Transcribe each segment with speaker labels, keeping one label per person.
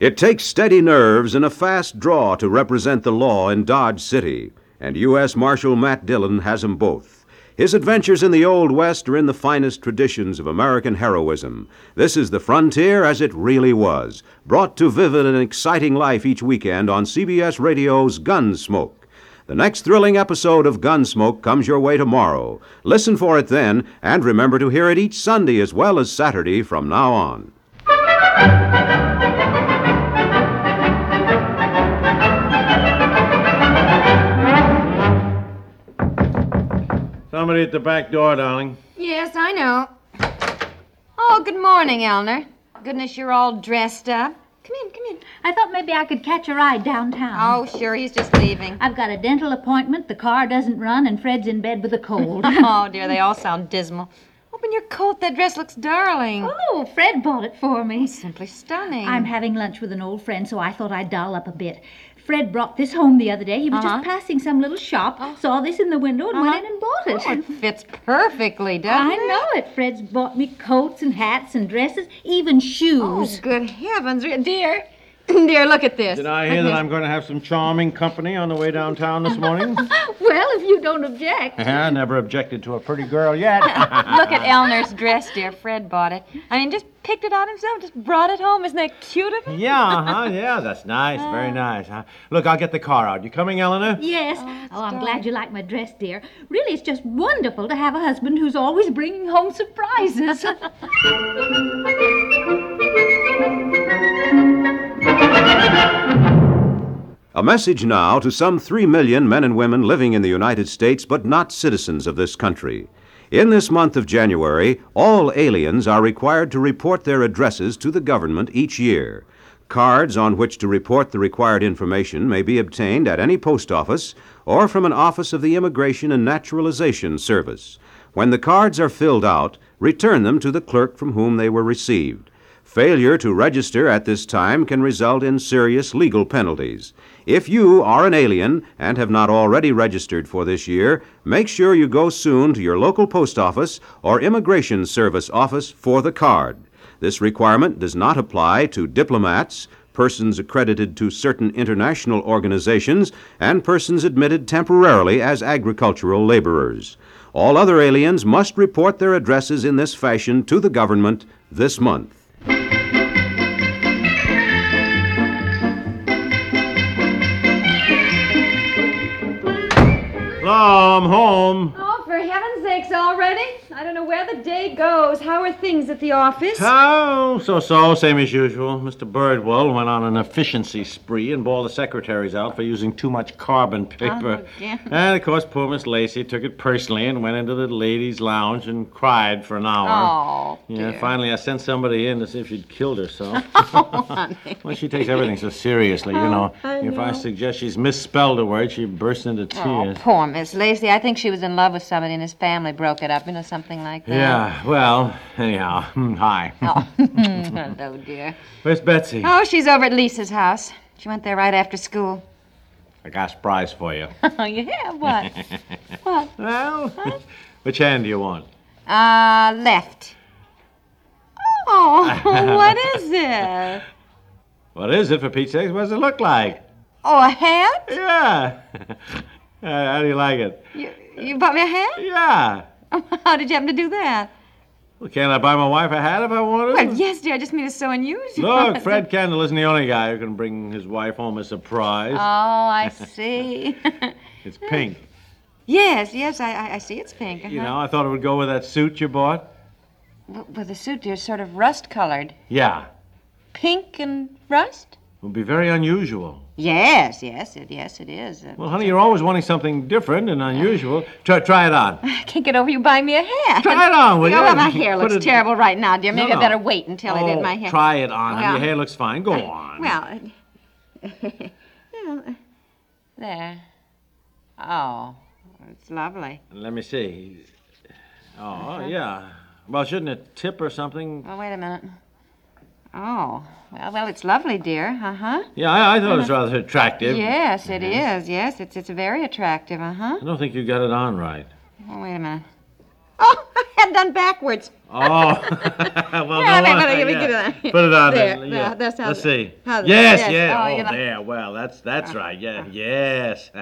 Speaker 1: It takes steady nerves and a fast draw to represent the law in Dodge City, and U.S. Marshal Matt Dillon has 'em both. His adventures in the Old West are in the finest traditions of American heroism. This is the frontier as it really was, brought to vivid and exciting life each weekend on CBS Radio's Gunsmoke. The next thrilling episode of Gunsmoke comes your way tomorrow. Listen for it then, and remember to hear it each Sunday as well as Saturday from now on.
Speaker 2: Somebody at the back door, darling.
Speaker 3: Yes, I know. Oh, good morning, Elner. Goodness, you're all dressed up. Come in, come in.
Speaker 4: I thought maybe I could catch a ride downtown.
Speaker 3: Oh, sure, he's just leaving.
Speaker 4: I've got a dental appointment, the car doesn't run, and Fred's in bed with a cold.
Speaker 3: Oh, dear, they all sound dismal. Open your coat. That dress looks darling.
Speaker 4: oh, Fred bought it for me.
Speaker 3: Simply stunning.
Speaker 4: I'm having lunch with an old friend, so I thought I'd doll up a bit. Fred brought this home the other day. He was
Speaker 3: Uh-huh.
Speaker 4: just passing some little shop, saw this in the window, and went in and bought it.
Speaker 3: Oh, it fits perfectly, doesn't
Speaker 4: I
Speaker 3: it?
Speaker 4: know it. Fred's bought me coats and hats and dresses, even shoes.
Speaker 3: Oh, good heavens, re- dear. dear, look at this.
Speaker 2: Did I hear that I'm going to have some charming company on the way downtown this morning?
Speaker 4: Well, if you don't object.
Speaker 2: I Uh-huh, never objected to a pretty girl yet.
Speaker 3: Look at Elner's dress, dear. Fred bought it. I mean, just picked it out himself, just brought it home. Isn't that cute of him?
Speaker 2: yeah, huh? Yeah, that's nice. Very nice. Huh? Look, I'll get the car out. You coming, Eleanor?
Speaker 4: Yes. Oh, I'm glad you like my dress, dear. Really, it's just wonderful to have a husband who's always bringing home surprises.
Speaker 1: A message now to some 3 million men and women living in the United States but not citizens of this country. In this month of January, all aliens are required to report their addresses to the government each year. Cards on which to report the required information may be obtained at any post office or from an office of the Immigration and Naturalization Service. When the cards are filled out, return them to the clerk from whom they were received. Failure to register at this time can result in serious legal penalties. If you are an alien and have not already registered for this year, make sure you go soon to your local post office or Immigration Service office for the card. This requirement does not apply to diplomats, persons accredited to certain international organizations, and persons admitted temporarily as agricultural laborers. All other aliens must report their addresses in this fashion to the government this month.
Speaker 2: Hello, I'm home.
Speaker 3: Oh, for heaven's sakes, already? I don't know where the day goes. How are things at the office?
Speaker 2: Oh, so so, same as usual. Mr. Birdwell went on an efficiency spree and bawled the secretaries out for using too much carbon paper.
Speaker 3: again.
Speaker 2: and of course, poor Miss Lacey took it personally and went into the ladies' lounge and cried for an hour.
Speaker 3: Oh,
Speaker 2: yeah,
Speaker 3: dear.
Speaker 2: finally, I sent somebody in to see if she'd killed herself.
Speaker 3: Oh,
Speaker 2: well, she takes everything so seriously, you know. if I suggest she's misspelled a word, she bursts into
Speaker 3: Oh,
Speaker 2: tears.
Speaker 3: poor Miss Lacey. I think she was in love with somebody and his family broke it up, you know, something like that.
Speaker 2: yeah, well, anyhow, hmm, hi.
Speaker 3: Oh, oh dear.
Speaker 2: Where's Betsy?
Speaker 3: Oh, she's over at Lisa's house. She went there right after school.
Speaker 2: I got a surprise for you.
Speaker 3: Oh, you hear what? what?
Speaker 2: Well, which hand do you want?
Speaker 3: Uh, left. Oh, what is it?
Speaker 2: What is it for Pete's sake? What does it look like?
Speaker 3: Oh, a hat?
Speaker 2: Yeah. Uh, How do you like it?
Speaker 3: You, you bought me a hat?
Speaker 2: Yeah.
Speaker 3: How did you happen to do that?
Speaker 2: Well, can't I buy my wife a hat if I wanted?
Speaker 3: Well, yes, dear. I just mean it's so unusual.
Speaker 2: Look, Fred Kendall isn't the only guy who can bring his wife home a surprise.
Speaker 3: Oh, I see.
Speaker 2: it's pink.
Speaker 3: yes, yes, I, I, I see it's pink.
Speaker 2: You
Speaker 3: uh-huh.
Speaker 2: know, I thought it would go with that suit you bought.
Speaker 3: Well, well, the suit, dear, is sort of rust colored.
Speaker 2: Yeah.
Speaker 3: Pink and rust?
Speaker 1: would be very unusual.
Speaker 3: Yes, yes, it, yes, it is. Uh,
Speaker 1: Well, honey, you're always wanting something different and unusual. Try, try it on.
Speaker 3: I can't get over you buying me a hat.
Speaker 1: Try it on, will
Speaker 3: Oh,
Speaker 1: you?
Speaker 3: well, my hair
Speaker 1: Put
Speaker 3: looks
Speaker 1: it-
Speaker 3: terrible right now, dear. Maybe
Speaker 1: no.
Speaker 3: I better wait until I
Speaker 1: Oh,
Speaker 3: did my hair.
Speaker 1: Try it on. honey.
Speaker 3: Well-
Speaker 1: Your hair looks fine. Go on.
Speaker 3: Well, it- well, uh, there. Oh, it's lovely.
Speaker 1: Let me see. Oh, yeah. Well, shouldn't it tip or something?
Speaker 3: Well, wait a minute. Oh, well, well, it's lovely, dear. Uh huh.
Speaker 1: Yeah, I, I thought it
Speaker 3: Uh-huh.
Speaker 1: was rather attractive.
Speaker 3: Yes, it is. Yes, it's it's very attractive. Uh huh.
Speaker 1: I don't think you got it on right.
Speaker 3: Oh, wait a minute. Oh, I had done backwards.
Speaker 1: Oh, well,
Speaker 3: Yeah,
Speaker 1: no
Speaker 3: wait,
Speaker 1: wonder,
Speaker 3: wait, let me
Speaker 1: yeah.
Speaker 3: get it on.
Speaker 1: Put it on
Speaker 3: There,
Speaker 1: there.
Speaker 3: there,
Speaker 1: yeah.
Speaker 3: that's how
Speaker 1: Let's
Speaker 3: the-
Speaker 1: see.
Speaker 3: how the-
Speaker 1: yes,
Speaker 3: yes,
Speaker 1: yes.
Speaker 3: oh, Uh-huh.
Speaker 1: Oh,
Speaker 3: you know.
Speaker 1: there. Well, that's that's right. Yeah, yes.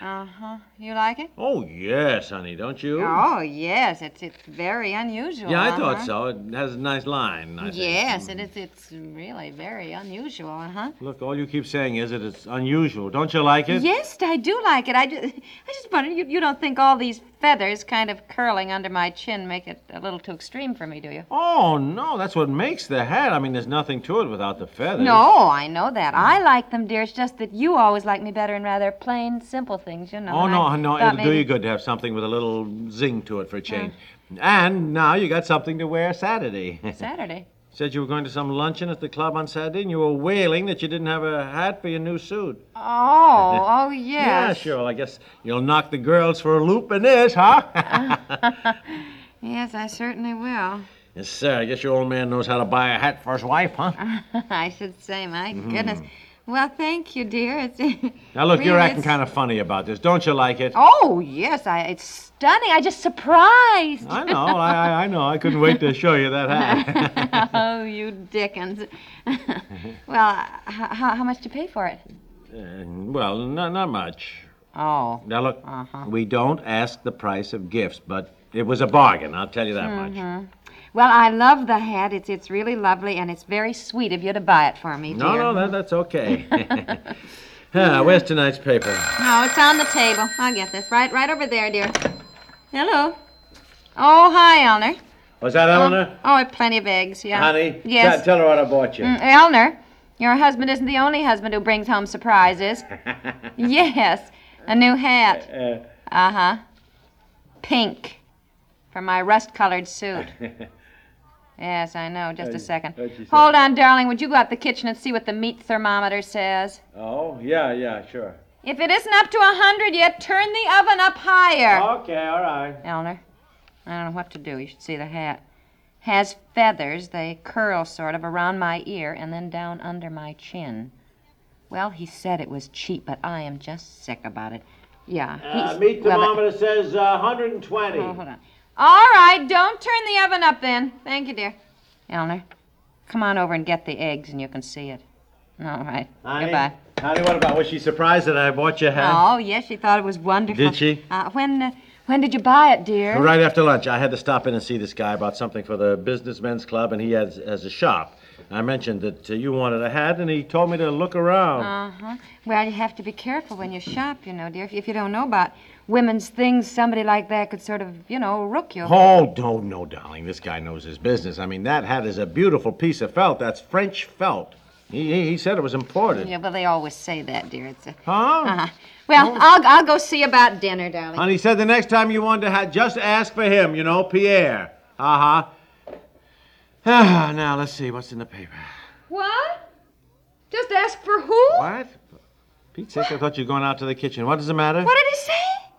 Speaker 3: Uh huh. You like it?
Speaker 1: oh, yes, honey. Don't you?
Speaker 3: Oh yes, it's it's very unusual.
Speaker 1: Yeah, I
Speaker 3: uh-huh.
Speaker 1: thought so. Hmm. It has a nice line. I think.
Speaker 3: Yes, it is. It's really very unusual. Uh huh.
Speaker 1: Look, all you keep saying is that it's unusual. Don't you like it?
Speaker 3: Yes, I do like it. I just, I just wonder you, you don't think all these feathers kind of curling under my chin make it a little too extreme for me, do you?
Speaker 1: Oh no, that's what makes the hat. I mean, there's nothing to it without the feathers.
Speaker 3: No, I know that. I like them, dear. It's just that you always like me better in rather plain, simple things, you know.
Speaker 1: Oh
Speaker 3: and
Speaker 1: no,
Speaker 3: I
Speaker 1: no,
Speaker 3: thought
Speaker 1: it'll do
Speaker 3: maybe-
Speaker 1: you good to have something with a little zing to it for a change. And now you got something to wear Saturday.
Speaker 3: Saturday.
Speaker 1: Said you were going to some luncheon at the club on Saturday, and you were wailing that you didn't have a hat for your new suit.
Speaker 3: Oh, oh yes.
Speaker 1: Yeah, sure. Well, I guess you'll knock the girls for a loop in this, huh?
Speaker 3: Uh-huh. Yes, I certainly will.
Speaker 1: yes, sir. I guess your old man knows how to buy a hat for his wife, huh?
Speaker 3: Uh-huh. I should say, my
Speaker 1: Mm-hmm.
Speaker 3: goodness. Well, thank you, dear. It's
Speaker 1: Now look, you're
Speaker 3: really,
Speaker 1: acting
Speaker 3: it's-
Speaker 1: kind of funny about this. Don't you like it?
Speaker 3: Oh yes, I. It's stunning. I just surprised.
Speaker 1: I know. I, I, I know. I couldn't wait to show you that hat.
Speaker 3: oh, you Dickens. well, h- how, how much do you pay for it?
Speaker 1: Uh, well, not, not much.
Speaker 3: Oh.
Speaker 1: Now look, we don't ask the price of gifts, but it was a bargain. I'll tell you that
Speaker 3: Mm-hmm.
Speaker 1: much.
Speaker 3: Well, I love the hat. It's it's really lovely, and it's very sweet of you to buy it for me, dear.
Speaker 1: No, no, that, that's okay. Ah, where's tonight's paper?
Speaker 3: No, it's on the table. I'll get this right, right over there, dear. Hello. Oh, hi, Elner.
Speaker 1: Was that Eleanor?
Speaker 3: Oh, I have plenty of eggs. Yeah.
Speaker 1: Honey?
Speaker 3: Yes.
Speaker 1: Tell,
Speaker 3: Mm.
Speaker 1: tell her what I bought you.
Speaker 3: Elner, your husband isn't the only husband who brings home surprises. yes, a new hat.
Speaker 1: Uh,
Speaker 3: Uh huh. Pink. For my rust colored suit. yes, I know. Just a second.
Speaker 1: what'd she say?
Speaker 3: Hold on, darling. Would you go out the kitchen and see what the meat thermometer says?
Speaker 1: oh, yeah, yeah, sure.
Speaker 3: If it isn't up to a 100 yet, turn the oven up higher.
Speaker 1: Okay, all right.
Speaker 3: Elner, I don't know what to do. You should see the hat. Has feathers. They curl sort of around my ear and then down under my chin. Well, he said it was cheap, but I am just sick about it. Yeah.
Speaker 1: Uh,
Speaker 3: he's- well, but-
Speaker 1: says uh, 120.
Speaker 3: Oh, hold on. All right, don't turn the oven up then. Thank you, dear. Elner, come on over and get the eggs and you can see it. All right.
Speaker 1: Honey,
Speaker 3: Goodbye.
Speaker 1: Honey, what about? Was she surprised that I bought you a hat?
Speaker 3: Oh, yes, she thought it was wonderful.
Speaker 1: Did she?
Speaker 3: Uh, when, uh, when did you buy it, dear?
Speaker 1: Right after lunch, I had to stop in and see this guy about something for the businessmen's club, and he has, has a shop. I mentioned that uh, you wanted a hat, and he told me to look around.
Speaker 3: Uh-huh. Well, you have to be careful when you shop, you know, dear. If, if you don't know about women's things, somebody like that could sort of, you know, rook you.
Speaker 1: Oh, no, no, darling. This guy knows his business. I mean, that hat is a beautiful piece of felt. That's French felt. He, he, he said it was imported.
Speaker 3: Yeah, well, they always say that, dear. It's a...
Speaker 1: Huh?
Speaker 3: Uh-huh. Well, I'll, I'll go see about dinner, darling.
Speaker 1: And he said the next time you wanted a hat, just ask for him, you know, Pierre. Uh huh. Ah, now let's see what's in the paper.
Speaker 3: What? Just ask for who?
Speaker 1: What? Pete's sake, I thought you were going out to the kitchen. What does it matter?
Speaker 3: What did he say?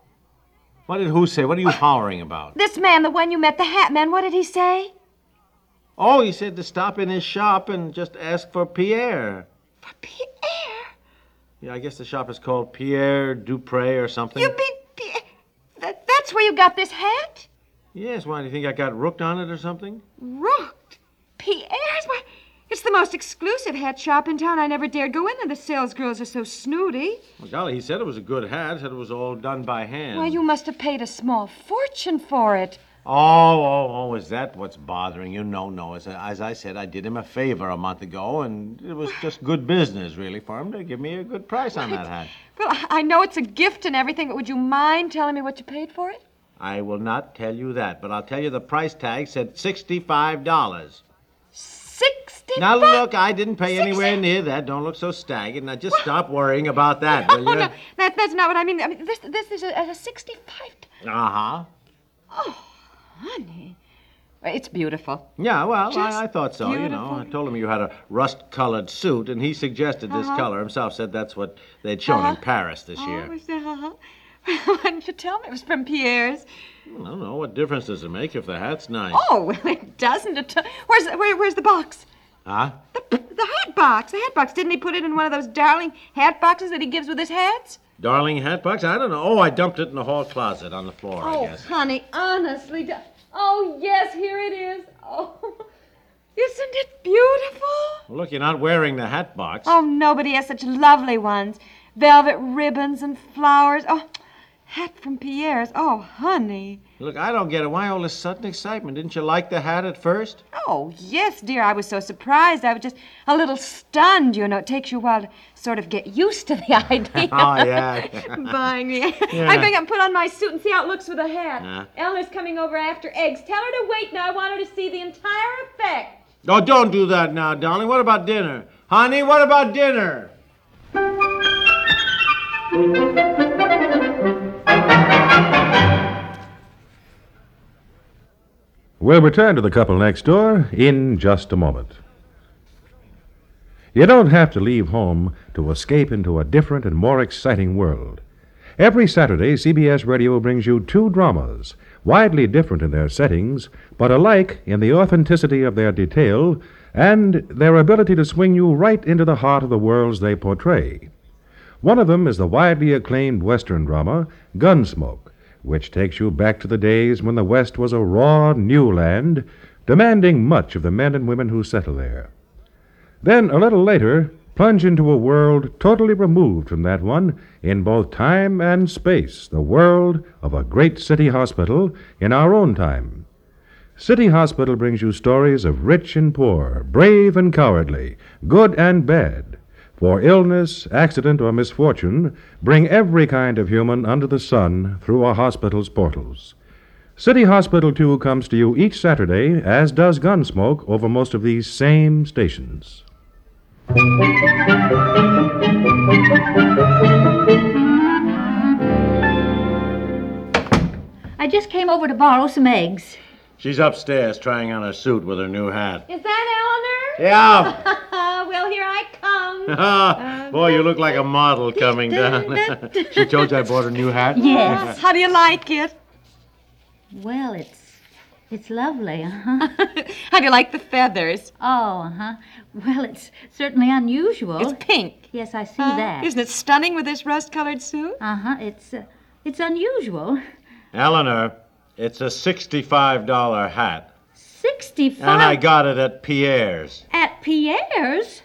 Speaker 1: What did who say? What are you hollering about?
Speaker 3: This man, the one you met, the hat man, what did he say?
Speaker 1: Oh, he said to stop in his shop and just ask for Pierre.
Speaker 3: For Pierre?
Speaker 1: Yeah, I guess the shop is called Pierre Dupre or something.
Speaker 3: You be... Pierre. Th- that's where you got this hat?
Speaker 1: Yes, why do you think I got rooked on it or something?
Speaker 3: Rooked? Pierre's? Why, it's the most exclusive hat shop in town. I never dared go in there. The sales girls are so snooty.
Speaker 1: Well, golly, he said it was a good hat. Said it was all done by hand.
Speaker 3: Why, you must have paid a small fortune for it.
Speaker 1: Oh, oh, oh, is that what's bothering you? No, no. As, I- as I said, I did him a favor a month ago, and it was just good business, really, for him to give me a good price on that hat.
Speaker 3: Well, I- I know it's a gift and everything, but would you mind telling me what you paid for it?
Speaker 1: I will not tell you that, but I'll tell you the price tag said $65.
Speaker 3: Six. sixty.
Speaker 1: Now
Speaker 3: bucks.
Speaker 1: look, I didn't pay anywhere near that. Don't look so staggered. Now just stop worrying about that,
Speaker 3: Oh
Speaker 1: will you?
Speaker 3: no, that, that's not what I mean. I mean, this this is a, a sixty-five.
Speaker 1: Uh huh.
Speaker 3: Honey, it's beautiful.
Speaker 1: Yeah, well,
Speaker 3: Just
Speaker 1: I, I thought so. You know, I
Speaker 3: beautiful.
Speaker 1: told him you had a rust-colored suit, and he suggested this color himself. Said that's what they'd shown in Paris this
Speaker 3: Uh-huh. Oh,
Speaker 1: year.
Speaker 3: was that, uh-huh. Why didn't you tell me it was from Pierre's?
Speaker 1: I don't know what difference does it make if the hat's nice,
Speaker 3: Oh, well, it doesn't. It where's where, where's the box?
Speaker 1: huh?
Speaker 3: The, the hat box. The hat box. Didn't he put it in one of those darling hat boxes that he gives with his hats?
Speaker 1: Darling hat box? I don't know. Oh, I dumped it in the hall closet on the floor. I guess.
Speaker 3: Oh, honey, honestly. da- Oh, yes, here it is. Oh, isn't it beautiful?
Speaker 1: Well, look, you're not wearing the hat box.
Speaker 3: Oh, nobody has such lovely ones. Velvet ribbons and flowers. Oh, hat from Pierre's. Oh, honey.
Speaker 1: Look, I don't get it. Why all this sudden excitement? Didn't you like the hat at first?
Speaker 3: Oh, yes, dear. I was so surprised. I was just a little stunned, you know. It takes you a while to sort of get used to the idea.
Speaker 1: Oh, yeah.
Speaker 3: Buying me.
Speaker 1: Yeah.
Speaker 3: I'm going to put on my suit and see how it looks with a hat.
Speaker 1: Huh?
Speaker 3: Eleanor's coming over after eggs. Tell her to wait now. I want her to see the entire effect.
Speaker 1: oh, don't do that now, darling. What about dinner? Honey, what about dinner?
Speaker 5: We'll return to the couple next door in just a moment. You don't have to leave home to escape into a different and more exciting world. Every Saturday, CBS Radio brings you two dramas, widely different in their settings, but alike in the authenticity of their detail and their ability to swing you right into the heart of the worlds they portray. One of them is the widely acclaimed Western drama, Gunsmoke, which takes you back to the days when the West was a raw new land, demanding much of the men and women who settle there. Then, a little later, plunge into a world totally removed from that one in both time and space, the world of a great city hospital in our own time. City Hospital brings you stories of rich and poor, brave and cowardly, good and bad. For illness, accident, or misfortune, bring every kind of human under the sun through a hospital's portals. City Hospital 2 comes to you each Saturday, as does Gunsmoke, over most of these same stations.
Speaker 4: I just came over to borrow some eggs.
Speaker 1: She's upstairs trying on her suit with her new hat.
Speaker 3: Is that Eleanor?
Speaker 1: Yeah.
Speaker 3: Uh, well, here I come.
Speaker 1: Boy, you look like a model coming down. she told you I bought a new hat?
Speaker 4: Yes.
Speaker 3: How do you like it?
Speaker 4: well, it's it's lovely, uh-huh.
Speaker 3: How do you like the feathers?
Speaker 4: Oh, uh-huh. Well, it's certainly unusual.
Speaker 3: It's pink.
Speaker 4: yes, I see Oh. that.
Speaker 3: Isn't it stunning with this rust-colored suit?
Speaker 4: Uh-huh. It's uh, it's unusual.
Speaker 1: Eleanor, it's a $65 hat.
Speaker 4: 65
Speaker 1: And I got it at Pierre's.
Speaker 4: at Pierre's?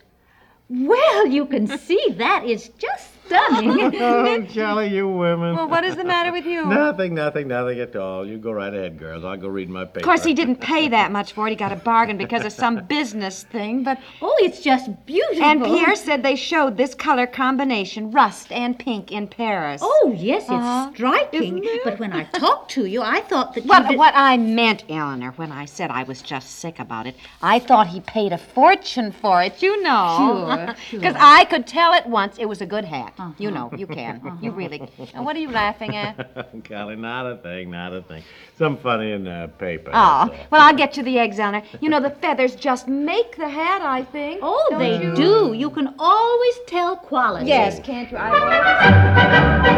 Speaker 4: Well, you can see that is just stunning.
Speaker 1: Oh, Charlie, you women.
Speaker 3: Well, what is the matter with you?
Speaker 1: Nothing, nothing, nothing at all. You go right ahead, girls. I'll go read my paper.
Speaker 3: Of course, he didn't pay that much for it. He got a bargain because of some business thing, but
Speaker 4: oh, it's just beautiful.
Speaker 3: And Pierre said they showed this color combination, rust and pink, in Paris.
Speaker 4: Oh, yes, it's
Speaker 3: Uh-huh.
Speaker 4: striking.
Speaker 3: Isn't it?
Speaker 4: But when I talked to you, I thought that you
Speaker 6: What,
Speaker 4: did-
Speaker 6: what I meant, Eleanor, when I said I was just sick about it, I thought he paid a fortune for it, you know.
Speaker 4: Sure, Uh-huh.
Speaker 6: Because I could tell at once it was a good hat. You know, you can. You really. Now, what are you laughing
Speaker 4: Oh,
Speaker 6: at?
Speaker 1: Golly, not a thing, not a thing. Some funny in the paper.
Speaker 3: Oh,
Speaker 1: that's all.
Speaker 3: well, I'll get you the eggs, Eleanor. You know, the feathers just make the hat, I think.
Speaker 4: Oh, they do. You can always tell quality.
Speaker 3: Yes, can't you? I...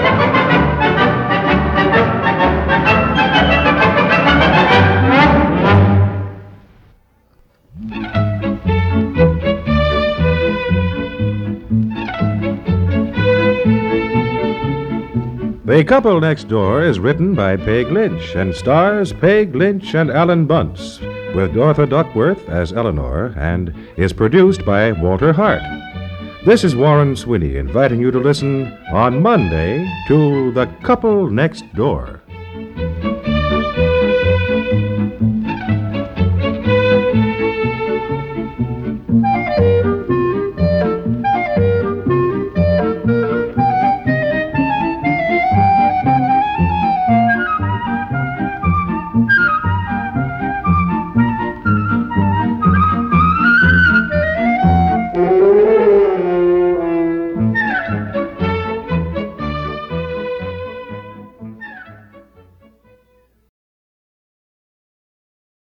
Speaker 5: The Couple Next Door is written by Peg Lynch and stars Peg Lynch and Alan Bunce, with Dorothy Duckworth as Eleanor, and is produced by Walter Hart. This is Warren Sweeney inviting you to listen on Monday to The Couple Next Door.